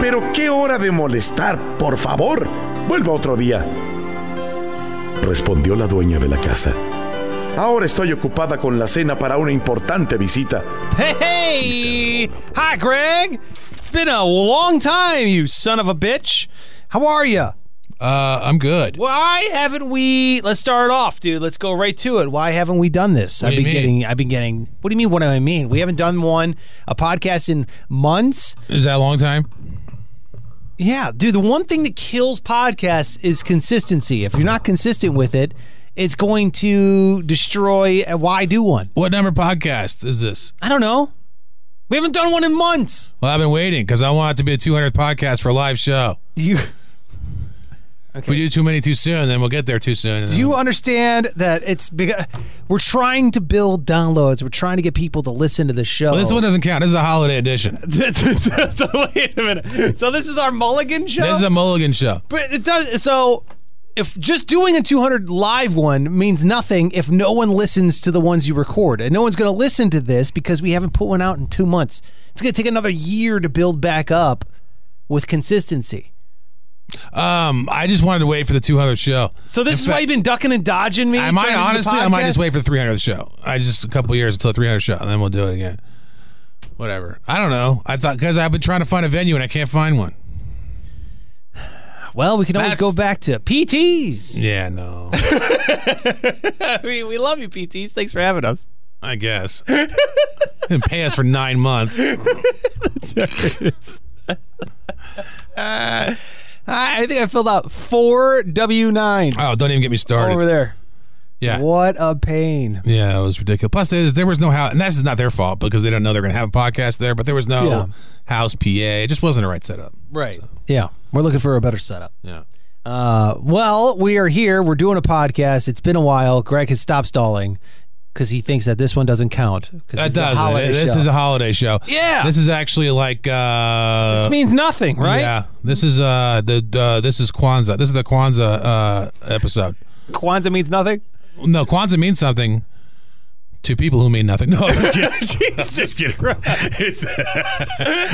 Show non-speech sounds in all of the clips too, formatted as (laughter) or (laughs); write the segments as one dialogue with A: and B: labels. A: Pero qué hora de molestar, por favor. Vuelva otro día. Respondió la dueña de la casa. Ahora estoy ocupada con la cena para una importante visita.
B: Hey, hey! Hi, Greg. It's been a long time, you son of a bitch. How are you?
C: Uh, I'm good.
B: Why haven't we? Let's start off, dude. Let's go right to it. Why haven't we done this?
C: What
B: I've
C: do you
B: been
C: mean?
B: getting. I've been getting. What do you mean? What do I mean? We haven't done one a podcast in months.
C: Is that a long time?
B: Yeah, dude. The one thing that kills podcasts is consistency. If you're not consistent with it, it's going to destroy. uh, Why do one?
C: What number podcast is this?
B: I don't know. We haven't done one in months.
C: Well, I've been waiting because I want it to be a 200th podcast for a live show.
B: You.
C: If we do too many too soon, then we'll get there too soon.
B: Do you understand that it's because we're trying to build downloads. We're trying to get people to listen to the show.
C: Well, this
B: (laughs)
C: one doesn't count. This is a holiday edition.
B: so wait a minute. So this is our Mulligan show.
C: This is a Mulligan show.
B: but it does. So if just doing a 200 live one means nothing if no one listens to the ones you record, and no one's going to listen to this because we haven't put one out in two months. It's going to take another year to build back up with consistency.
C: Um, I just wanted to wait for the 200th show.
B: So this
C: In
B: is why
C: fact-
B: you've been ducking and dodging me.
C: I might
B: turning the
C: honestly, I might
B: podcast?
C: just wait for the 300th show. I just a couple years until the 300th show, and then we'll do it again. Whatever. I don't know. I thought because I've been trying to find a venue and I can't find one.
B: Well, we can always
C: That's-
B: go back to PTs.
C: Yeah, no.
B: I mean, we love you, PTs. Thanks for having us.
C: (laughs) I guess. and pay us for nine months. Oh,
B: I, I think I filled out four W nines
C: Oh, don't even get me started.
B: over there.
C: yeah.
B: What a pain.
C: Yeah, it was ridiculous. Plus, there, there was no house, and that's not their fault because they don't know they're going to have a podcast there. But there was no
B: Yeah.
C: house PA. It just wasn't the right setup.
B: Right. Yeah. We're looking for a better setup.
C: Yeah.
B: Uh, well, we are here. We're doing a podcast. It's been a while. Greg has stopped stalling because he thinks that this one doesn't count. 'cause this
C: That
B: is a
C: doesn't.
B: holiday
C: It- This
B: show.
C: is a holiday show.
B: Yeah.
C: This is actually like. Uh,
B: This means nothing, right?
C: Yeah. This is uh the uh, this is Kwanzaa. This is the Kwanzaa uh, episode.
B: Kwanzaa means nothing.
C: No, Kwanzaa means something to people who mean nothing. (laughs) No, I'm
B: (laughs)
C: just kidding.
A: Just kidding.
C: (laughs)
A: It's-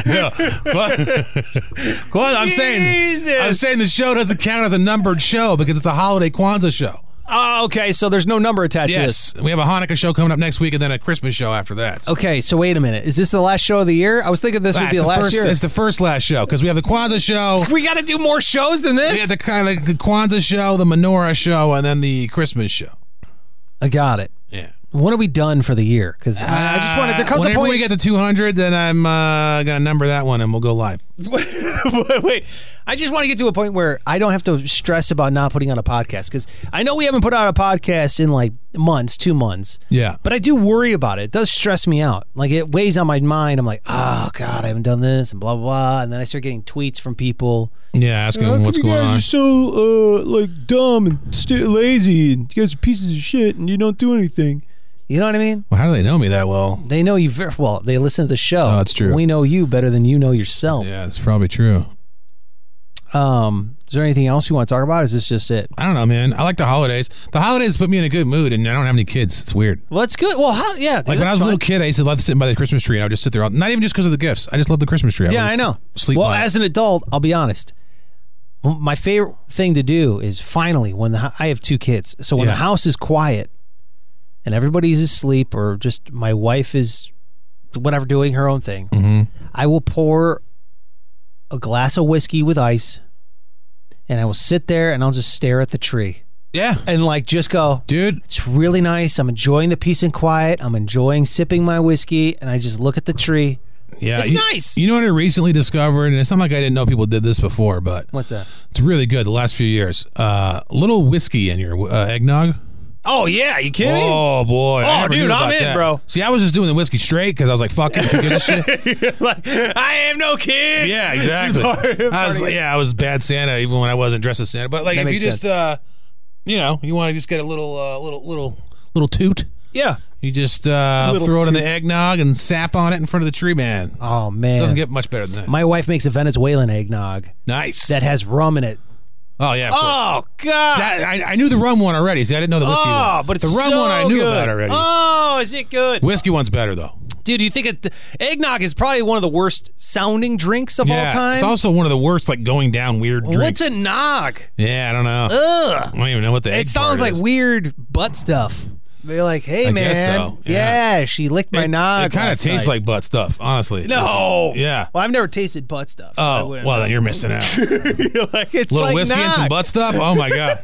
C: no. But, (laughs) Kwanzaa, I'm saying I'm
B: Jesus.
C: saying the show doesn't count as a numbered show because it's a holiday Kwanzaa show.
B: Oh, okay. So there's no number attached to this.
C: Yes, we have a Hanukkah show coming up next week, and then a Christmas show after that.
B: Okay, so wait a minute. Is this the last show of the year? I was thinking this
C: Ah,
B: would
C: it's
B: Oh, be the last
C: first,
B: year.
C: It's the first last show because we have the Kwanzaa show.
B: we got to do more shows than this.
C: We have the kind of the Kwanzaa show, the menorah show, and then the Christmas show.
B: I got it.
C: Yeah.
B: What are we done for the year? Because I I just wanted. There comes a
C: Whenever
B: point.
C: we get (laughs) to 200, then I'm uh, gonna number that one, and we'll go live.
B: wait, wait. I just want to get to a point where I don't have to stress about not putting out a podcast because I know we haven't put out a podcast in like months, two months.
C: Yeah.
B: But I do worry about it. It does stress me out. Like it weighs on my mind. I'm like, oh god, I haven't done this and blah blah. blah. And then I start getting tweets from people.
C: Yeah, ask him what's going on.
B: so uh, like dumb and lazy, and you guys are pieces of shit, and you don't do anything. You know what I mean?
C: Well, how do they know me that well?
B: They know you very well. They listen to the show.
C: Oh, that's true.
B: We know you better than you know yourself.
C: Yeah, it's probably true.
B: Um, is there anything else you want to talk about? Is this just it?
C: I don't know, man. I like the holidays. The holidays put me in a good mood, and I don't have any kids. It's weird.
B: Well, that's good. Well, how, yeah.
C: Like when I was a little kid, I used to love sitting by the Christmas tree, and I would just sit there. All, not even just because of the gifts. I just love the Christmas tree.
B: yeah,
C: would
B: I
C: s-
B: know.
C: Sleep.
B: well,
C: by it.
B: as an adult, I'll be honest. My favorite thing to do is finally when the, hou- I have two kids, so when
C: Yeah.
B: the house is quiet and everybody's asleep, or just my wife is whatever doing her own thing, I will pour a glass of whiskey with ice, and I will sit there and I'll just stare at the tree
C: yeah,
B: and like just go,
C: dude.
B: It's really nice. I'm enjoying the peace and quiet. I'm enjoying sipping my whiskey, and I just look at the tree.
C: Yeah,
B: It's
C: you-
B: nice.
C: You know what I recently discovered, and it's not like I didn't know people did this before, but
B: What's that?
C: it's really good. The last few years, uh, little whiskey in your uh, eggnog.
B: Oh yeah, you kidding?
C: Oh boy! I
B: Oh,
C: never
B: dude,
C: knew about
B: I'm in,
C: that.
B: bro.
C: See, I was just doing the whiskey straight because I was like, "Fuck it, who gives
B: (laughs)
C: a shit?"
B: like I have no kids. (laughs)
C: Yeah, exactly. I was, yeah, I was bad Santa even when I wasn't dressed as Santa. But like,
B: That
C: if you
B: makes
C: just, uh, you know, you want to just get a little, uh, little, little, little toot.
B: Yeah.
C: You just uh,
B: Little
C: throw it in the
B: toot.
C: eggnog and sap on it in front of the tree, man.
B: Oh man.
C: Doesn't get much better than that.
B: my wife makes a Venezuelan eggnog
C: nice.
B: that has rum in it.
C: oh yeah. Of course.
B: Oh god.
C: That- I, I knew the rum one already. See, I didn't know the whiskey one.
B: oh, but it's
C: the rum
B: so
C: one I knew
B: good.
C: about already.
B: Oh, is it good?
C: Whiskey one's better though.
B: Dude, you think it, eggnog is probably one of the worst sounding drinks of all time?
C: It's also one of the worst, like going down weird
B: What's
C: drinks.
B: a nog?
C: yeah, I don't know.
B: Ugh.
C: I don't even know what the egg
B: It sounds like
C: part is.
B: weird butt stuff. They're like, hey
C: I
B: man,
C: guess so,
B: yeah.
C: yeah.
B: she licked
C: It-
B: my nog.
C: It kind of
B: last
C: tastes
B: night."
C: like butt stuff, honestly.
B: no.
C: Yeah.
B: Well, I've never tasted butt stuff. so I
C: Oh
B: wouldn't
C: well,
B: know.
C: then you're missing
B: (laughs)
C: out.
B: like it's
C: Little
B: like
C: whiskey and some
B: nog.
C: butt stuff. Oh my
B: (laughs)
C: god,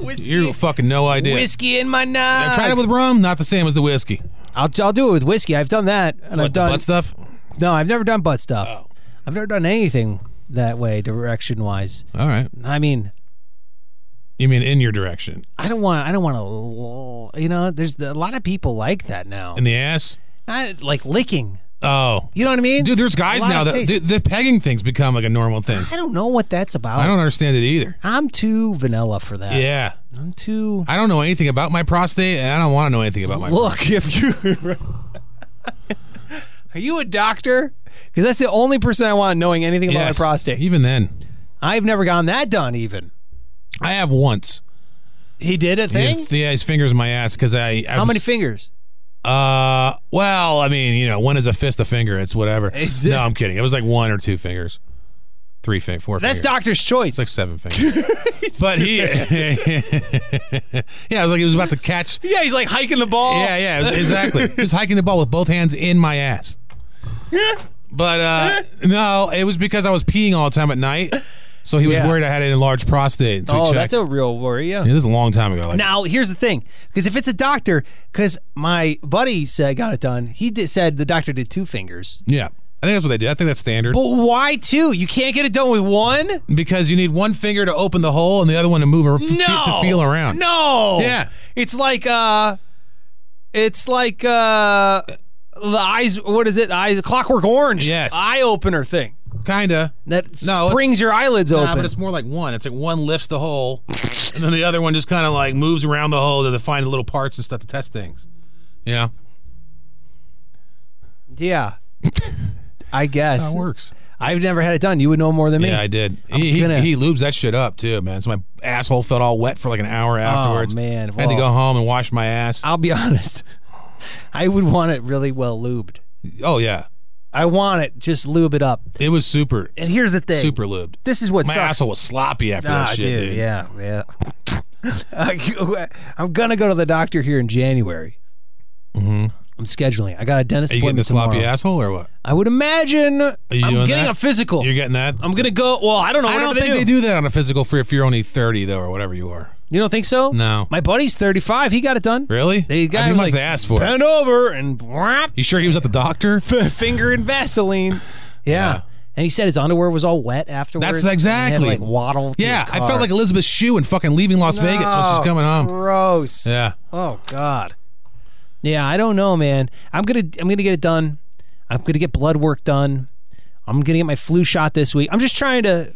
B: Whiskey,
C: you fucking no idea.
B: whiskey in my nog.
C: I tried it with rum, not the same as the whiskey.
B: I'll, I'll do it with whiskey. I've done that, and I've
C: What, the
B: done
C: butt stuff. Oh.
B: no. I've never done butt stuff. I've never done anything that way, direction wise.
C: All right.
B: I mean,
C: You mean in your direction,
B: I don't want. I don't want to. You know, there's a lot of people like that now.
C: in the ass?
B: I, like licking.
C: Oh,
B: You know what I mean,
C: dude, there's
B: A
C: guys
B: lot
C: now
B: of
C: that
B: taste.
C: the, the pegging thing's become like a normal thing.
B: I don't know what that's about.
C: I don't understand it either.
B: I'm too vanilla for that.
C: Yeah,
B: I'm too.
C: I don't know anything about my prostate, and I don't want to know anything about my.
B: Look, if you (laughs) are you a doctor? Because that's the only person I want knowing anything about my
C: Yes.
B: prostate.
C: Even then,
B: I've never gotten that done. Even
C: I have once.
B: he did a
C: Yeah,
B: thing.
C: th- yeah, his fingers in my ass because I. I
B: How
C: was-
B: many fingers?
C: Uh, well, I mean, you know, one is a fist, a finger. It's whatever.
B: Is it-
C: no, I'm kidding. It was like one or two fingers, three fingers, four.
B: That's
C: fingers.
B: doctor's choice.
C: Like
B: (laughs)
C: seven fingers. but he, (laughs) yeah, I was like, he was about to catch.
B: yeah, he's like hiking the ball.
C: (laughs) Yeah, yeah, it was- exactly. he was hiking the ball with both hands in my ass. But (laughs) uh, no, it was because I was peeing all the time at night, so he was
B: Yeah.
C: worried I had an enlarged prostate. So he
B: Oh,
C: checked.
B: that's a real worry. Yeah.
C: Yeah, this is a long time ago. Like,
B: Now here's the thing, because if it's a doctor, because my buddy said, got it done, he did, said the doctor did two fingers.
C: yeah, I think that's what they did. I think that's standard.
B: But why two? You can't get it done with one.
C: Because you need one finger to open the hole and the other one to move ar- f-
B: no
C: to feel around.
B: No.
C: Yeah.
B: It's like uh it's like uh the eyes what is it? Eyes clockwork orange.
C: Yes.
B: Eye opener thing.
C: Kinda.
B: That
C: No,
B: springs
C: it's-
B: your eyelids
C: Nah,
B: open.
C: but it's more like one. It's like one lifts the hole, and then the other one just kind of like moves around the hole to find the little parts and stuff to test things. Yeah, (laughs)
B: yeah. I guess.
C: works.
B: I've never had it done. You would know more than me.
C: Yeah, I did. He, he,
B: gonna-
C: he lubes that shit up too, man. So my asshole felt all wet for like an hour afterwards.
B: Oh, man.
C: I had to
B: Well-
C: go home and wash my ass.
B: I'll be (laughs) honest. I would want it really well lubed.
C: oh yeah,
B: I want it. Just lube it up.
C: it was super,
B: And here's the thing.
C: super lubed.
B: This is what
C: My
B: sucks.
C: asshole was sloppy after
B: Ah,
C: that shit, dude.
B: Yeah, yeah. (laughs) I- I'm gonna go to the doctor here in January. Mm-hmm. I'm scheduling. I got a dentist
C: Are you getting a
B: appointment
C: sloppy
B: tomorrow.
C: asshole or what?
B: I would imagine. I'm
C: you
B: getting
C: doing that?
B: a physical.
C: You're getting that?
B: I'm gonna go. Well, I don't know.
C: I
B: whatever
C: don't think they do. that on a physical for if you're only 30 though or whatever you are.
B: You don't think so?
C: No.
B: My buddy's 35. He got it done.
C: Really?
B: They got
C: I mean,
B: like
C: once they asked for it.
B: bend over and whap,
C: You sure he was at
B: (laughs)
C: the doctor?
B: finger in
C: (laughs)
B: Vaseline. Yeah.
C: Yeah.
B: And he said his underwear was all wet afterwards. and
C: exactly.
B: He had, like waddle. to
C: yeah,
B: his
C: I
B: car.
C: felt like Elizabeth Shue and fucking leaving Las Vegas when
B: Oh,
C: she's coming home.
B: Gross.
C: Yeah.
B: Oh God. Yeah, I don't know, man. I'm gonna I'm gonna get it done. I'm gonna get blood work done. I'm gonna get my flu shot this week. I'm just trying to.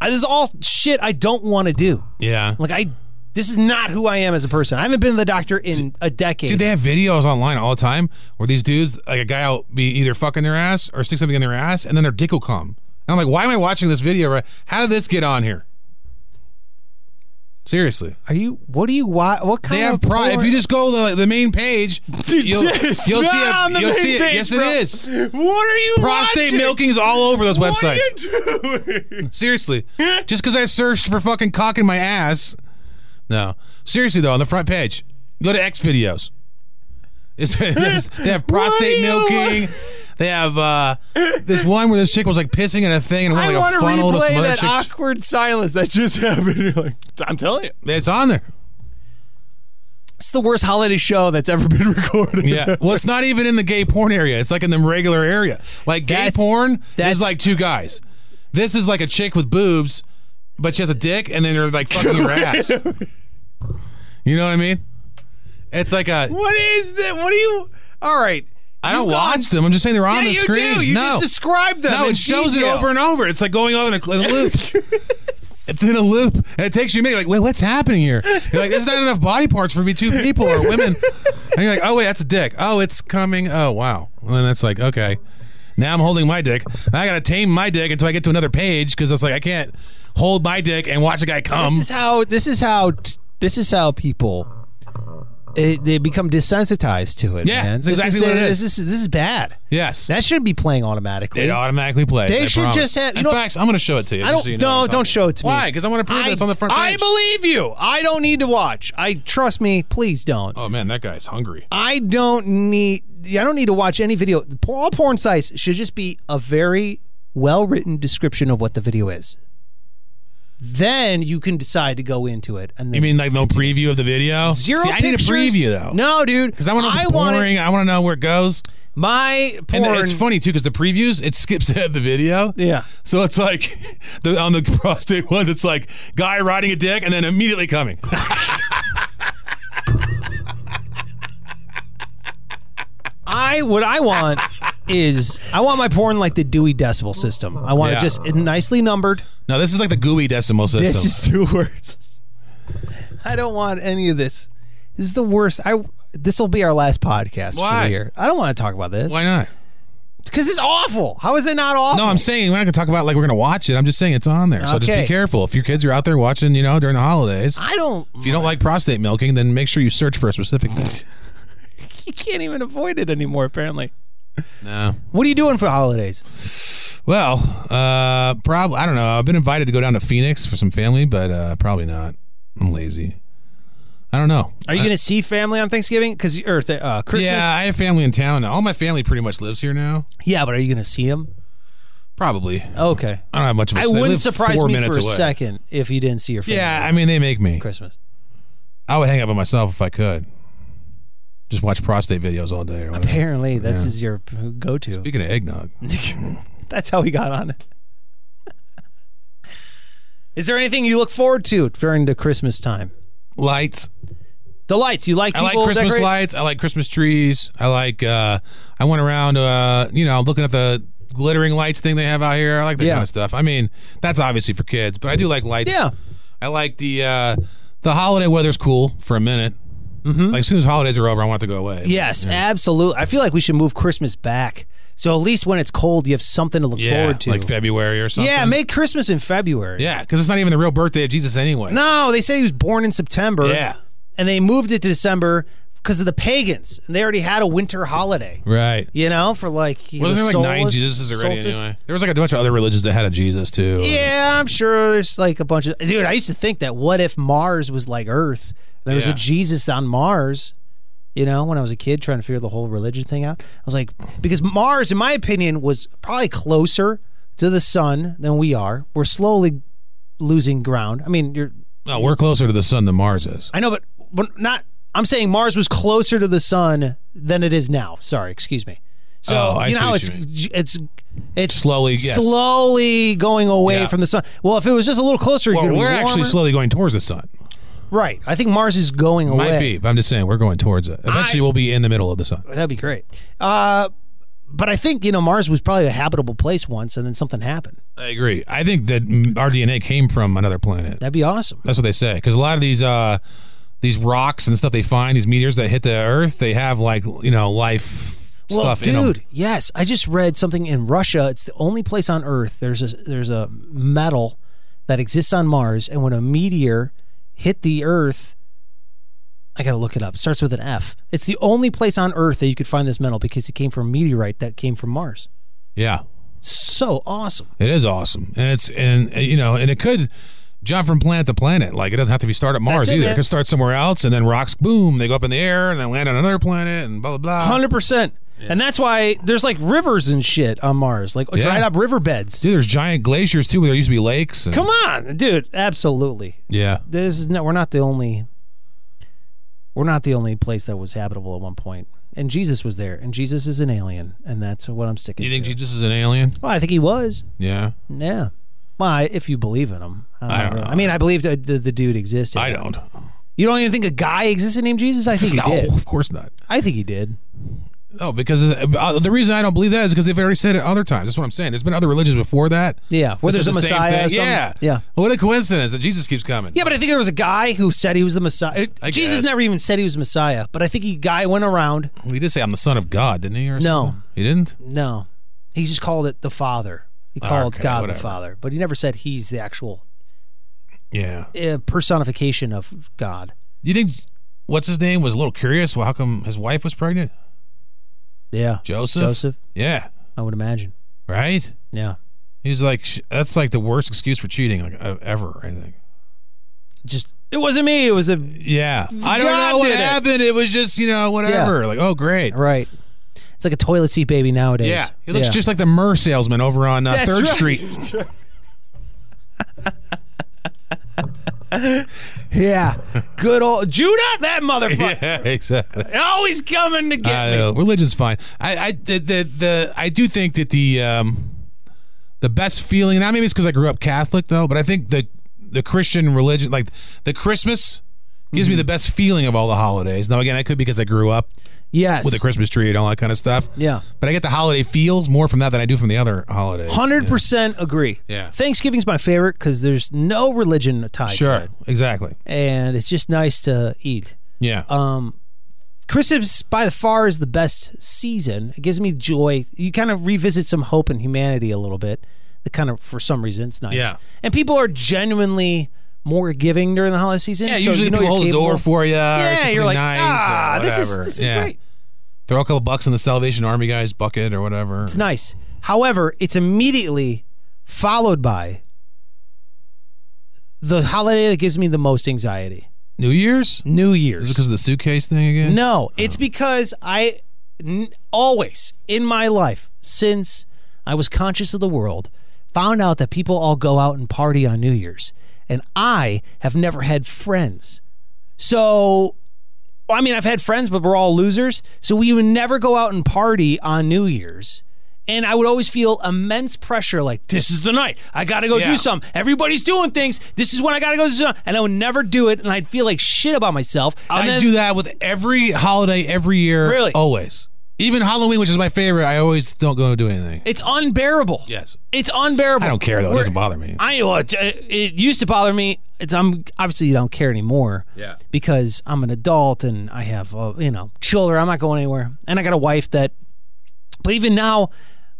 B: I, this is all shit I don't want to do.
C: Yeah.
B: Like I, this is not who I am as a person. I haven't been to the doctor in a decade.
C: Dude, they have videos online all the time where these dudes, like a guy will be either fucking their ass or stick something in their ass and then their dick will come. And I'm like, why am I watching this video? Right? How did this get on here? Seriously.
B: Are you? What do you? Why? What kind
C: They have
B: of?
C: pro- if
B: porn-
C: you just go to the, the main page,
B: (laughs) Dude,
C: you'll,
B: yes.
C: you'll see
B: Ah, on
C: it.
B: the
C: You'll
B: main
C: see it.
B: page,
C: Yes,
B: bro.
C: it is.
B: what are you?
C: Prostate
B: watching?
C: milking's all over those
B: What are
C: websites.
B: you doing?
C: Seriously. Just because I searched for fucking cock in my ass. No. Seriously, though, on the front page, go to X videos. It's, (laughs) it's- they have prostate
B: What do you
C: milking. They have uh, this one where this chick was like pissing in a thing and it
B: I
C: went, like
B: want
C: a
B: to
C: funnel to some
B: replay
C: other
B: that
C: chicks.
B: awkward silence that just (laughs) happened. You're like, I'm telling you.
C: it's on there.
B: It's the worst holiday show that's ever (laughs) been recorded.
C: Yeah. (laughs) well, it's not even in the gay porn area. It's like in the regular area. Like gay
B: That's-
C: porn
B: that's-
C: is like two guys. This is like a chick with boobs, but she has a dick, and then they're like fucking
B: (laughs)
C: her ass. You know what I mean? It's like
B: (laughs)
C: a.
B: What is that? What do you? All right.
C: I don't
B: You've gone-
C: watch them. I'm just saying they're on
B: Yeah,
C: the
B: you
C: screen.
B: do. You
C: no.
B: just described them.
C: no,
B: in
C: Oh, it shows
B: detail.
C: it over and over. It's like going on in a, in a loop.
B: (laughs)
C: it's in a loop, and it takes you a minute. You're like, wait, what's happening here? You're like, there's not enough body parts for me, two people or women. And you're like, oh wait, that's a dick. Oh, it's coming. Oh wow. And then that's like, okay, now I'm holding my dick. I gotta tame my dick until I get to another page because it's like I can't hold my dick and watch a guy
B: This
C: come.
B: is how. This is how. This is how people it, eh, they become desensitized to it.
C: Yeah,
B: man.
C: that's exactly
B: this is, eh,
C: what it is.
B: This is this is bad.
C: Yes.
B: That shouldn't be playing automatically.
C: It automatically plays.
B: They
C: I
B: should
C: promise.
B: just have- you
C: In
B: know-
C: fact, I'm going to show it to you.
B: I
C: just
B: don't.
C: so you know what
B: no,
C: I'm
B: don't
C: talking
B: show it to
C: about.
B: me.
C: Why? Because I want to prove
B: I-
C: this on the front
B: I
C: page.
B: believe you. I don't need to watch. I trust me. Please don't.
C: oh man, that guy's hungry.
B: I don't need. I don't need to watch any video. All porn sites should just be a very well-written description of what the video is. Then you can decide to go into it. And then
C: You mean like no preview of the video?
B: zero?
C: See, I need a
B: pictures?
C: preview though.
B: No, dude.
C: Because I want to know if it's
B: want it-
C: boring. I want to know where it goes.
B: my porn.
C: And it's funny too because the previews it skips (laughs) ahead the video.
B: Yeah.
C: So it's like (laughs) the, on the prostate (laughs) ones, it's like guy riding a dick and then immediately coming. (laughs)
B: I what I
C: (laughs)
B: want is I want my porn like the Dewey Decimal System. I want
C: Yeah.
B: it just nicely numbered.
C: no, this is like the GUI decimal system.
B: This is two (laughs) words. I don't want any of this. This is the worst. I this will be our last podcast for
C: Why?
B: the year. I don't want to talk about this
C: Why not?
B: because it's awful. How is it not awful?
C: No, I'm saying we're not gonna talk about like we're gonna watch it. I'm just saying it's on there. So just
B: Okay.
C: be careful if your kids are out there watching. You know, during the holidays,
B: I don't. (laughs)
C: if you don't like prostate milking, then make sure you search for a specific. thing.
B: You can't even avoid it anymore. Apparently.
C: no.
B: What are you doing for the holidays?
C: Well, uh, probably I don't know. I've been invited to go down to Phoenix for some family, but uh, probably not. I'm lazy. I don't know.
B: Are you going to see family on Thanksgiving? Because or th- uh, Christmas?
C: Yeah, I have family in town. now. All my family pretty much lives here now.
B: Yeah, but are you going to see them?
C: Probably.
B: Okay.
C: I don't have much of a
B: I
C: they
B: wouldn't
C: live
B: surprise
C: four
B: me
C: minutes
B: for a
C: away.
B: second if you didn't see your family.
C: Yeah, I mean they make me.
B: Christmas.
C: I would hang out by myself if I could. Just watch prostate videos all day or whatever.
B: Apparently, that's is your go-to.
C: Speaking
B: (laughs)
C: of eggnog,
B: That's how we got on it. Is there anything you look forward to during the Christmas time?
C: lights.
B: The lights. You like
C: I
B: people
C: like Christmas
B: decorate-
C: lights. I like Christmas trees. I like. uh I went around, uh, you know, looking at the glittering lights thing they have out here. I like that
B: Yeah.
C: kind of stuff. I mean, that's obviously for kids, but I do like lights.
B: Yeah.
C: I like the uh the holiday weather's cool for a minute.
B: Mm-hmm.
C: Like as soon as holidays are over, I want it to go away.
B: Yes, absolutely. I feel like we should move Christmas back. So at least when it's cold, you have something to look
C: Yeah,
B: forward to.
C: like February or something.
B: yeah, make Christmas in February.
C: Yeah, because it's not even the real birthday of Jesus anyway.
B: No, they say he was born in September.
C: Yeah.
B: And they moved it to December because of the pagans. And they already had a winter holiday.
C: Right.
B: You know, for like you
C: Wasn't
B: know,
C: there like nine
B: solace-
C: Jesuses already
B: solstice.
C: anyway? There was like a bunch of other religions that had a Jesus too.
B: Yeah, I'm sure there's like a bunch of dude. I used to think that what if Mars was like Earth? There was
C: Yeah.
B: a Jesus on Mars. You know, when I was a kid trying to figure the whole religion thing out, I was like, because Mars, in my opinion, was probably closer to the sun than we are. We're slowly losing ground. I mean, you're,
C: No, Oh, we're closer to the sun than Mars is.
B: I know, but, but not. I'm saying Mars was closer to the sun than it is now. Sorry, excuse me. So
C: Oh, I
B: you know
C: see
B: how
C: what
B: it's
C: you
B: it's it's
C: Slowly, yes.
B: slowly going away
C: Yeah.
B: from the sun. Well, if it was just a little closer, it
C: Well,
B: could be
C: we're actually
B: warmer.
C: slowly going towards the sun.
B: right. I think Mars is going away.
C: Might be, but I'm just saying we're going towards it. Eventually,
B: I-
C: we'll be in the middle of the sun.
B: That'd be great. Uh, but I think you know Mars was probably a habitable place once, and then something happened.
C: I agree. I think that mm, our DNA came from another planet.
B: That'd be awesome.
C: That's what they say. Because a lot of these uh, these rocks and stuff they find, these meteors that hit the Earth, they have like you know life
B: Well,
C: stuff
B: dude,
C: in 'em.
B: yes, I just read something in Russia. It's the only place on Earth there's a there's a metal that exists on Mars, and when a meteor hit the Earth, I gotta look it up. It starts with an F. It's the only place on Earth that you could find this metal because it came from a meteorite that came from Mars.
C: Yeah,
B: It's so awesome.
C: it is awesome, and it's and uh, you know, and it could jump from planet to planet. Like it doesn't have to be start at Mars
B: it,
C: either.
B: man.
C: It could start somewhere else, and then rocks boom, they go up in the air, and then land on another planet, and blah blah blah.
B: Hundred percent. And that's why there's like rivers and shit on Mars, like dried up riverbeds.
C: Dude, there's giant glaciers too, where there used to be lakes. And,
B: Come on, dude. Absolutely.
C: yeah,
B: this is no, we're not the only we're not the only place that was habitable at one point and jesus was there and jesus is an alien and that's what i'm sticking
C: you think
B: to
C: Jesus is an alien?
B: well, i think he was
C: Yeah,
B: yeah well I, if you believe in him
C: I
B: not
C: don't
B: really-
C: know.
B: I mean i believe that the, the dude existed
C: I don't.
B: you don't even think a guy existed named jesus i think he
C: (laughs) No,
B: did
C: of course not.
B: i think he did
C: Oh, because uh, the reason I don't believe that is because they've already said it other times. That's what I'm saying. There's been other religions before that.
B: yeah where
C: This
B: there's a
C: is the same
B: messiah or
C: thing.
B: something.
C: Yeah,
B: yeah
C: What a coincidence that Jesus keeps coming.
B: Yeah, but I think there was a guy who said he was the Messiah.
C: I
B: Jesus
C: guess.
B: never even said he was Messiah, but I think he guy went around.
C: he did say I'm the son of God, didn't he? Or
B: No.
C: something? he didn't.
B: No, he just called it the Father. He called
C: Ah, okay,
B: God
C: whatever.
B: the Father, but he never said he's the actual
C: Yeah.
B: uh, personification of God.
C: You think what's his name was a little curious. Well, how come his wife was pregnant?
B: Yeah.
C: Joseph.
B: Joseph,
C: Yeah.
B: I would imagine.
C: Right.
B: Yeah.
C: He's like, "Sh- that's like the worst excuse for cheating, like uh, ever. I think.
B: Just it wasn't me. It was a
C: Yeah. I don't
B: God
C: know what
B: did it.
C: happened. It. was just you know whatever. Like oh great.
B: right. It's like a toilet seat baby nowadays.
C: Yeah. He looks just like the Myrrh salesman over on uh,
B: That's
C: Third
B: right.
C: Street.
B: (laughs)
C: (laughs)
B: yeah. Good old Judah, that motherfucker,
C: (laughs) yeah. Exactly.
B: always coming to get
C: I uh,
B: me.
C: know. Religion's fine. I, I the, the the I do think that the um the best feeling. Now maybe it's because I grew up Catholic though, but I think the the Christian religion, like the Christmas, gives
B: Mm-hmm.
C: me the best feeling of all the holidays. Now again, that could be because I grew up
B: Yes.
C: with a Christmas tree and all that kind of stuff.
B: Yeah.
C: But I get the holiday feels more from that than I do from the other holidays.
B: Hundred percent agree.
C: Yeah.
B: Thanksgiving's my favorite because there's no religion tied. to
C: Sure.
B: it,
C: Exactly.
B: and it's just nice to eat.
C: Yeah.
B: Um, Christmas by the far is the best season. It gives me joy. You kind of revisit some hope in humanity a little bit. The kind of for some reason it's nice.
C: Yeah.
B: and people are genuinely more giving during the holiday season.
C: yeah.
B: so
C: Usually
B: you know
C: people
B: you're
C: hold the
B: capable.
C: door for you. or
B: Yeah,
C: something
B: you're like
C: nice or
B: ah, this is
C: whatever.
B: this is
C: Yeah.
B: great.
C: Throw a couple bucks in the Salvation Army guy's bucket or whatever.
B: It's nice. However, it's immediately followed by the holiday that gives me the most anxiety.
C: New Year's.
B: New
C: Is
B: Year's.
C: it because of the suitcase thing again?
B: no, it's because I n- always in my life since I was conscious of the world found out that people all go out and party on New Year's and I have never had friends. So I mean, I've had friends, but we're all losers. So we would never go out and party on New Year's. And I would always feel immense pressure like, this is the night. I got to go
C: Yeah.
B: do something. Everybody's doing things. This is when I got to go do something. And I would never do it. And I'd feel like shit about myself.
C: I
B: And then-
C: do that with every holiday, every year.
B: Really?
C: Always. Even Halloween, which is my favorite, I always don't go do anything.
B: It's unbearable.
C: Yes.
B: It's unbearable.
C: I don't care, though. It
B: We're-
C: doesn't bother me.
B: I know it, it used to bother me. It's I'm obviously you don't care anymore.
C: Yeah.
B: Because I'm an adult and I have uh, you know children. I'm not going anywhere, and I got a wife that. But even now,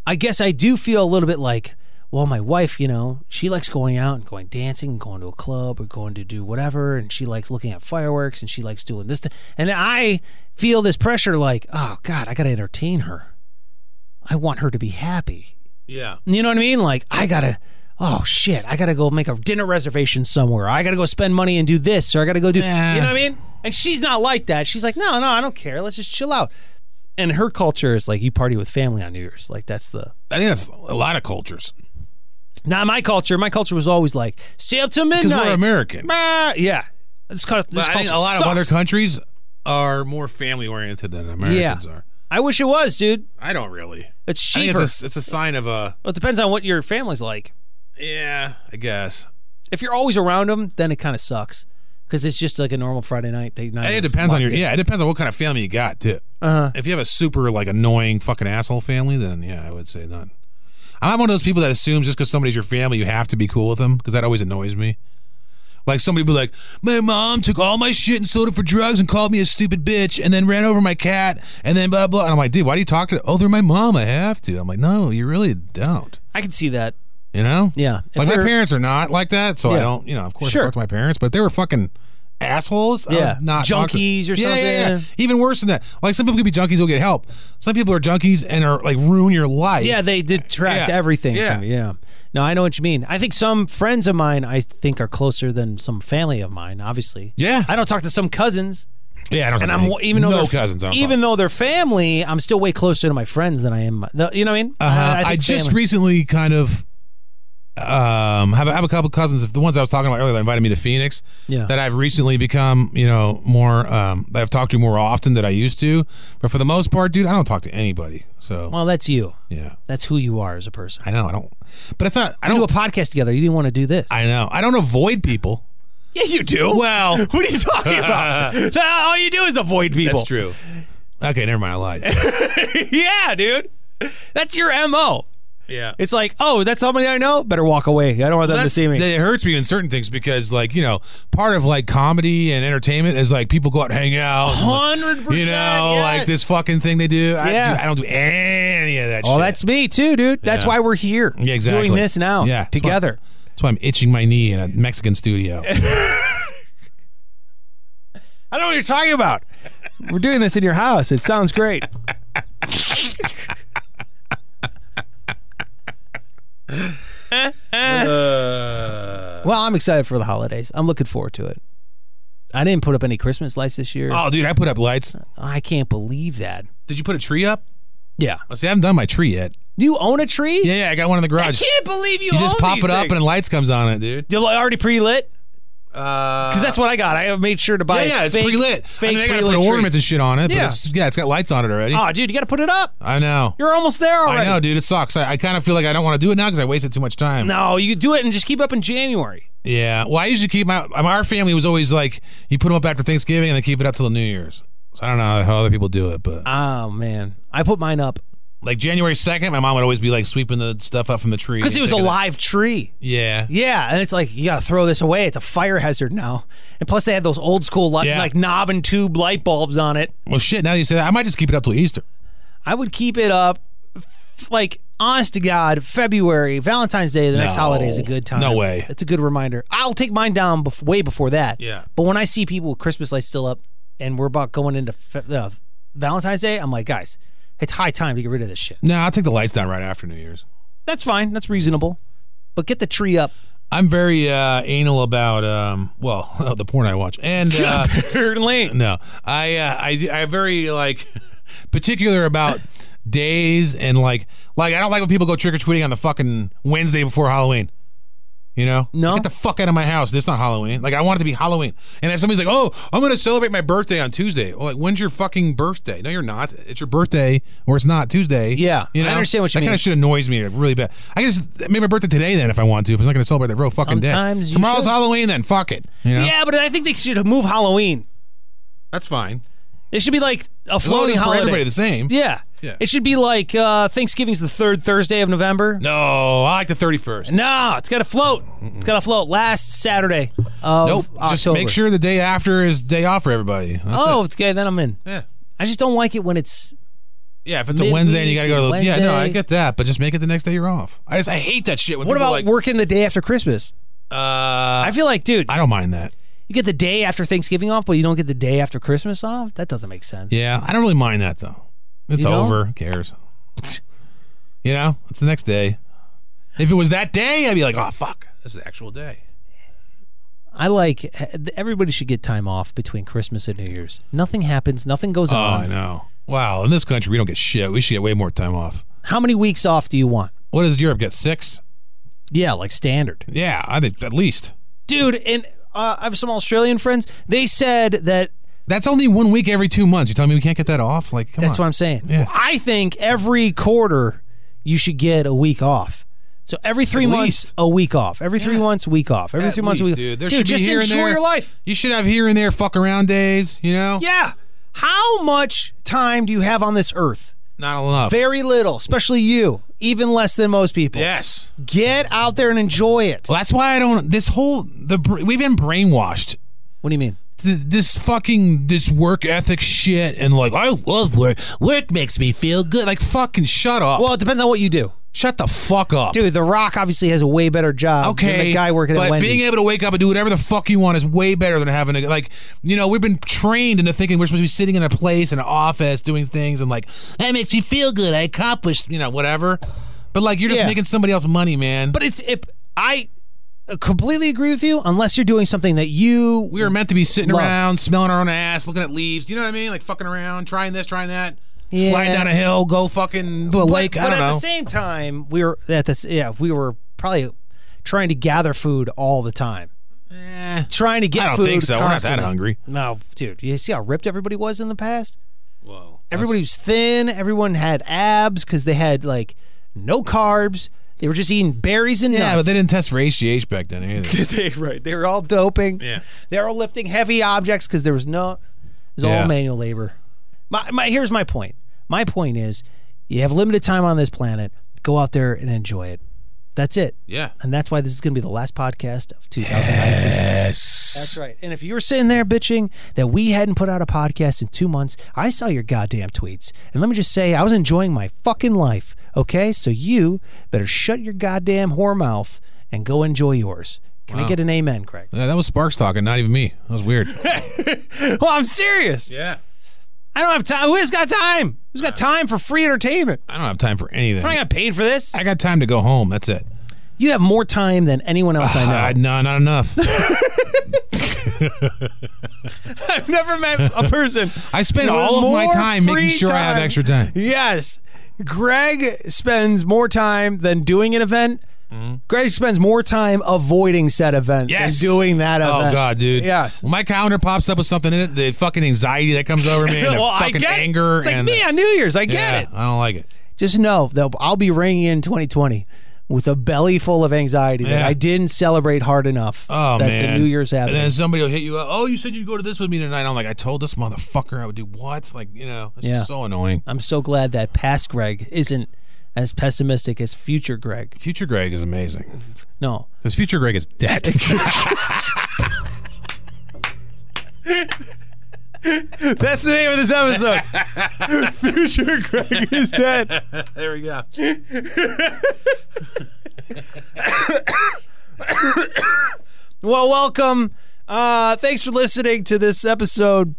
B: I guess I do feel a little bit like, well, my wife, you know, she likes going out and going dancing and going to a club or going to do whatever, and she likes looking at fireworks and she likes doing this. th- And I feel this pressure, like, oh God, I got to entertain her. I want her to be happy.
C: yeah.
B: You know what I mean? Like I gotta. Oh shit! I gotta go make a dinner reservation somewhere. I gotta go spend money and do this, or I gotta go do.
C: Yeah.
B: You know what I mean? And she's not like that. She's like, no, no, I don't care. Let's just chill out. And her culture is like you party with family on New Year's. Like that's the
C: I think that's a lot of cultures.
B: not my culture. My culture was always like stay up till midnight.
C: Because we're American.
B: Ah, yeah, it's called.
C: But I think a lot of other countries are more family oriented than Americans
B: Yeah.
C: are.
B: I wish it was, dude.
C: I don't really.
B: It's
C: I think
B: cheaper.
C: it's a, it's a sign of a,
B: Well, it depends on what your family's like.
C: yeah, I guess.
B: If you're always around them, then it kind of sucks because it's just like a normal Friday night. They
C: It depends on your, yeah, it depends on what kind of family you got, too.
B: Uh-huh.
C: if you have a super like annoying fucking asshole family, then yeah, I would say not. I'm one of those people that assumes just because somebody's your family, you have to be cool with them because that always annoys me. Like somebody be like, my mom took all my shit and sold it for drugs and called me a stupid bitch and then ran over my cat and then blah blah. And I'm like, dude, why do you talk to? Oh, they're my mom. I have to. I'm like, no, you really don't.
B: I can see that.
C: You know?
B: Yeah. If
C: Like my
B: they're-
C: parents are not like that, so I
B: Yeah.
C: don't. You know, of course,
B: Sure.
C: I talk to my parents, but if they were fucking assholes. I would
B: Yeah.
C: not talk to-
B: Junkies or
C: Yeah, yeah, yeah.
B: something.
C: Even worse than that. Like some people could be junkies who get help. Some people are junkies and are like ruin your life.
B: Yeah, they detract
C: Yeah.
B: everything
C: Yeah.
B: from you. Yeah. No, I know what you mean. I think some friends of mine I think are closer than some family of mine, obviously.
C: Yeah.
B: I don't talk to some cousins.
C: yeah. I don't.
B: And
C: have
B: I'm
C: any-
B: even though
C: no
B: they're-
C: cousins. I don't
B: even though they're family, I'm still way closer to my friends than I am. my- the- You know what I mean?
C: Uh, I,
B: think
C: just
B: family-
C: recently kind of um have a, have a couple cousins if the ones I was talking about earlier that invited me to Phoenix
B: Yeah.
C: that I've recently become you know more um that I've talked to more often than I used to but for the most part dude I don't talk to anybody so
B: well, that's you.
C: yeah
B: That's who you are as a person.
C: I know I don't but it's not I
B: We do
C: don't
B: a podcast together. You didn't want to do this.
C: I know I don't avoid people
B: yeah, you do. (laughs) (laughs)
C: well
B: what are you talking
C: (laughs)
B: about? All you do is avoid people.
C: that's true okay never mind
B: (laughs)
C: I lied
B: yeah, dude. That's your mo.
C: yeah
B: It's like, oh, that's somebody I know. Better walk away. I don't want them to
C: That's-
B: see me.
C: that It hurts me in certain things because, like, you know, part of like comedy and entertainment is like people go out and hang out. and, like,
B: Hundred percent.
C: You know, like this fucking thing they do. I,
B: Yeah.
C: do- I don't do any of that
B: Oh,
C: shit.
B: that's me too, dude. That's
C: Yeah.
B: why we're here.
C: Yeah, exactly.
B: Doing this now.
C: Yeah.
B: Together. (laughs)
C: That's why I'm itching my knee in a Mexican studio.
B: I don't know what you're talking about. We're doing this in your house. It sounds
C: (laughs)
B: great. Well, I'm excited for the holidays. I'm looking forward to it. I didn't put up any Christmas lights this year.
C: oh, dude, I put up lights.
B: I can't believe that.
C: Did you put a tree up?
B: Yeah.
C: Oh, see, I haven't done my tree yet.
B: You own a tree?
C: Yeah, yeah, I got one in the
B: I
C: garage.
B: can't believe you.
C: You just
B: own
C: pop it
B: these
C: up
B: things.
C: and lights comes on it, dude.
B: You're like already pre lit.
C: Uh,
B: Because that's what I got. I made sure to
C: yeah,
B: buy.
C: yeah, it's
B: fake-
C: pretty lit. I
B: Fake
C: mean, I gotta
B: pre-lit
C: put
B: tree.
C: ornaments and shit on it. but
B: Yeah.
C: it's, yeah, it's got lights on it already.
B: Oh, dude, you got to put it up.
C: I know.
B: You're almost there already.
C: I know, dude. It sucks. I, I kind of feel like I don't want to do it now because I wasted too much time.
B: No, you do it and just keep up in January.
C: Yeah. Well, I usually keep my um, our family was always like you put them up after Thanksgiving and they keep it up till New Year's. So I don't know how other people do it, but
B: Oh man, I put mine up
C: like January second, my mom would always be like sweeping the stuff up from the tree
B: because it was a
C: Taking
B: live tree.
C: Yeah.
B: Yeah, and it's like you gotta throw this away. It's a fire hazard now. And plus, they had those old school light,
C: Yeah.
B: like knob and tube light bulbs on it.
C: Well, shit. Now that you say that, I might just keep it up till Easter.
B: I would keep it up, f- like honest to God, February, Valentine's Day, the next
C: No.
B: holiday is a good time.
C: No way.
B: It's a good reminder. I'll take mine down bef- way before that.
C: Yeah.
B: But when I see people with Christmas lights still up, and we're about going into fe- uh, Valentine's Day, I'm like, guys, it's high time to get rid of this shit.
C: No, I'll take the lights down right after New Year's.
B: That's fine. That's reasonable. But get the tree up.
C: I'm very uh, anal about um, well (laughs) the porn I watch
B: (laughs)
C: and uh,
B: Apparently.
C: no, I uh, I I'm very like particular about days and like like I don't like when people go trick or treating on the fucking Wednesday before Halloween. You know,
B: No.
C: get the fuck out of my house. It's not Halloween. Like I want it to be Halloween. And if somebody's like, "Oh, I'm gonna celebrate my birthday on Tuesday," well, like when's your fucking birthday? No, you're not. It's your birthday, or it's not Tuesday.
B: Yeah,
C: you
B: I
C: know,
B: understand what you
C: that
B: mean.
C: kind of shit annoys me really bad. I can just make my birthday today then if I want to. If I'm not gonna celebrate that real fucking
B: Sometimes
C: day.
B: you
C: Tomorrow's
B: should.
C: Halloween. Then fuck it. You know?
B: Yeah, but I think they should move Halloween.
C: that's fine.
B: It should be like a
C: As long as
B: floating
C: it's for
B: holiday.
C: everybody the same.
B: Yeah.
C: Yeah.
B: It should be like uh, Thanksgiving's the third Thursday of November. No,
C: No, I like the 31st.
B: it's got to float. It's got to float last Saturday of
C: Nope.
B: October.
C: Just make sure the day after is day off for everybody. That's
B: Oh,
C: it.
B: okay, then I'm in.
C: yeah.
B: I just don't like it when it's
C: Yeah, if it's a
B: Midweek
C: Wednesday and you gotta go to the, yeah, no, I
B: Wednesday.
C: get that, but just make it the next day you're off. I just I hate that shit. When
B: What
C: people
B: about
C: like,
B: working the day after Christmas?
C: Uh,
B: I
C: I
B: feel like, dude,
C: don't mind that.
B: you get the day after Thanksgiving off, but you don't get the day after Christmas off? That doesn't make sense.
C: Yeah, I don't really mind that though. It's
B: You don't?
C: over. Who cares? you know, it's the next day. If it was that day, I'd be like, oh fuck, this is the actual day.
B: I like eh, everybody should get time off between Christmas and New Year's. Nothing happens, nothing goes
C: Oh, I
B: on.
C: know. Wow, in this country we don't get shit. We should get way more time off.
B: How many weeks off do you want?
C: What does Europe get? Six?
B: Yeah, like standard.
C: Yeah, I think at least.
B: Dude, and uh, I have some Australian friends. They said that
C: That's only one week every two months. You tell me we can't get that off? Like, come
B: that's
C: on.
B: what I'm saying.
C: Yeah.
B: I think every quarter you should get a week off. So every three
C: At
B: months,
C: least.
B: a week off. Every three months, week off. Every
C: At
B: three months, a
C: least,
B: week.
C: dude. There
B: dude
C: should be
B: just
C: here and
B: enjoy
C: there.
B: your life.
C: You should have here and there fuck around days, you know?
B: Yeah. How much time do you have on this earth?
C: Not enough.
B: Very little, especially you. Even less than most people.
C: yes.
B: Get out there and enjoy it.
C: Well, that's why I don't. This whole the br- we've been brainwashed.
B: What do you mean?
C: Th- This fucking this work ethic shit and like I love work. Work makes me feel good. Like fucking shut up.
B: Well, it depends on what you do.
C: shut the fuck up,
B: Dude, The Rock obviously has a way better job
C: Okay,
B: than the guy working
C: but
B: at Wendy's.
C: being able to wake up and do whatever the fuck you want is way better than having to like, you know, we've been trained into thinking we're supposed to be sitting in a place in an office doing things and like that makes me feel good. I accomplished, you know, whatever. But like, you're just
B: Yeah.
C: making somebody else money, man.
B: But it's if I completely agree with you, unless you're doing something that you
C: we were meant to be sitting
B: Love.
C: around, smelling our own ass, looking at leaves. You know what I mean? Like fucking around, trying this, trying that.
B: Yeah.
C: Slide down a hill, go fucking to a lake.
B: But
C: I don't
B: at
C: know.
B: the same time, we were at this. Yeah, we were probably trying to gather food all the time,
C: Eh,
B: trying to get.
C: I don't
B: food
C: think so. We're not
B: constantly.
C: that hungry.
B: No, dude. You see how ripped everybody was in the past.
C: Whoa.
B: Everybody was thin. Everyone had abs because they had like no carbs. They were just eating berries and
C: Yeah, but
B: nuts.
C: they didn't test for HGH back then
B: (laughs)
C: either.
B: they, right. They were all doping.
C: (laughs) Yeah.
B: They were all lifting heavy objects because there was no, it was
C: Yeah.
B: all manual labor. My, my, here's my point. My point is you have limited time on this planet. Go out there and enjoy it. That's it.
C: yeah.
B: And that's why this is going to be the last podcast of 2019. That's right. And if you were sitting there bitching that we hadn't put out a podcast in two months, I saw your goddamn tweets. And let me just say, I was enjoying my fucking life. Okay? So you better shut your goddamn whore mouth and go enjoy yours. Can I get an amen, Craig? (laughs)
C: Yeah, that was Sparks talking, not even me. That was weird.
B: Well, I'm serious.
C: yeah.
B: I don't have time. Who's got time? Who's got time for free entertainment?
C: I don't have time for anything.
B: I'm not
C: I
B: gonna paid for this.
C: got time to go home. That's it.
B: You have more time than anyone else I know. (laughs)
C: Uh, no, not enough.
B: I've never met a person.
C: I
B: (laughs)
C: spend
B: with
C: all of my
B: more
C: time making
B: free
C: sure I have
B: time.
C: extra time.
B: Yes. Greg spends more time than doing an event. Greg spends more time avoiding said event
C: Mm-hmm. Yes.
B: than doing that
C: Oh
B: event.
C: god, dude.
B: Yes.
C: When my calendar pops up with something in it, the fucking anxiety that comes
B: (laughs)
C: over me, and the
B: well, I
C: fucking
B: get
C: anger,
B: It's like
C: and
B: me on New Year's. I
C: the,
B: get
C: yeah,
B: it.
C: I don't like it.
B: Just know that I'll be ringing in 2020 with a belly full of anxiety that
C: Yeah.
B: I didn't celebrate hard enough.
C: Oh
B: that
C: man,
B: the New Year's
C: And
B: happened.
C: then somebody will hit you up. Oh, you said you'd go to this with me tonight. I'm like, I told this motherfucker I would do what? Like, you know, it's
B: Yeah.
C: just so annoying.
B: I'm so glad that past Greg isn't as pessimistic as future Greg.
C: Future Greg is amazing
B: No.
C: because Future Greg is
B: (laughs)
C: dead. (laughs)
B: That's the name of this episode. (laughs) Future Greg is dead.
C: there we go.
B: Well, welcome. Uh, thanks for listening to this episode.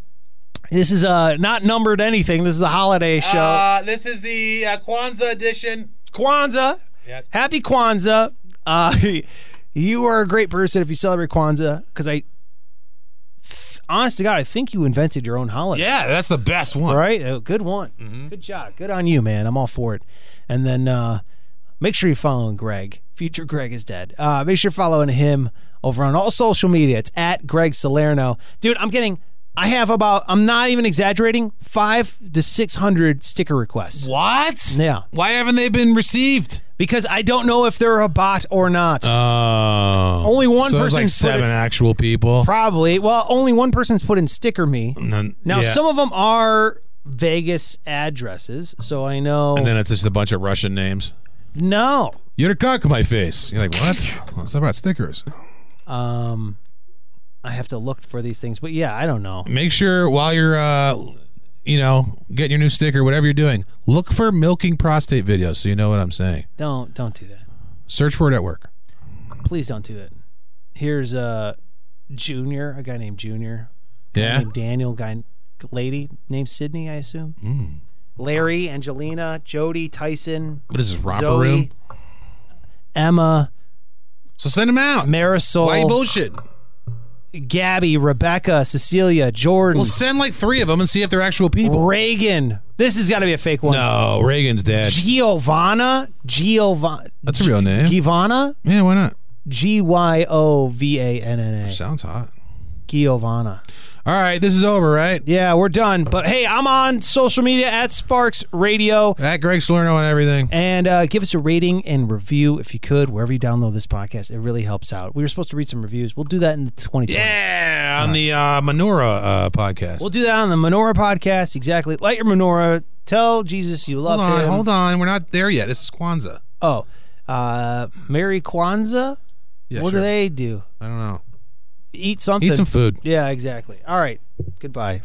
B: This is uh, not numbered anything. This is the holiday show.
C: Uh, this is the uh, Kwanzaa edition.
B: Kwanzaa.
C: Yes.
B: Happy Kwanzaa. Uh, (laughs) you are a great person if you celebrate Kwanzaa because I, honest to God, I think you invented your own holiday.
C: Yeah, that's the best one.
B: All right. Oh, good one.
C: Mm-hmm.
B: Good job. Good on you, man. I'm all for it. And then uh, make sure you're following Greg. Future Greg is dead. Uh, make sure you're following him over on all social media. It's at Greg Salerno. Dude, I'm getting, I have about, I'm not even exaggerating, five to 600 sticker requests
C: What?
B: Yeah.
C: Why haven't they been received?
B: because I don't know if they're a bot or not.
C: Oh.
B: Only one
C: so it's
B: person
C: like
B: put
C: seven actual people.
B: Probably. Well, only one person's put in sticker me.
C: And then-
B: Now,
C: yeah.
B: some of them are Vegas addresses, so I know.
C: And then it's just a bunch of Russian names.
B: no.
C: You're a cock in my face. You're like, what? What's that about stickers?
B: Um, I have to look for these things, but yeah, I don't know.
C: Make sure while you're, uh, you know, getting your new sticker, whatever you're doing, look for milking prostate videos so you know what I'm saying.
B: Don't don't do that.
C: Search for it at work.
B: Please don't do it. Here's uh, Junior, a guy named Junior,
C: Yeah.
B: named Daniel, guy, lady named Sydney, I assume.
C: Hmm.
B: Larry, Angelina, Jody, Tyson,
C: What is this, romper
B: Zoe,
C: room?
B: Emma,
C: So send them out.
B: Marisol,
C: Why you bullshit?
B: Gabby, Rebecca, Cecilia, Jordan,
C: Well, send like three of them and see if they're actual people.
B: Reagan. This has got to be a fake one.
C: No, Reagan's dead.
B: Giovanna, Giovanna,
C: That's a real name.
B: Giovanna,
C: yeah, why not?
B: G Y O V A N N A,
C: Sounds hot.
B: Giovanna.
C: All right, this is over, right?
B: Yeah, we're done. But hey, I'm on social media at Sparks Radio.
C: At Greg Salerno and everything.
B: And uh, give us a rating and review if you could, wherever you download this podcast. It really helps out. We were supposed to read some reviews. We'll do that in the 2020.
C: Yeah, on the uh, Menorah uh, podcast.
B: We'll do that on the Menorah podcast. Exactly. Light your menorah. Tell Jesus you love
C: hold on,
B: him.
C: hold on. We're not there yet. This is Kwanzaa.
B: Oh, uh, Mary Kwanzaa.
C: Yeah,
B: what
C: sure.
B: do they do?
C: I don't know.
B: Eat something.
C: Eat some food.
B: Yeah, exactly. All right. Goodbye.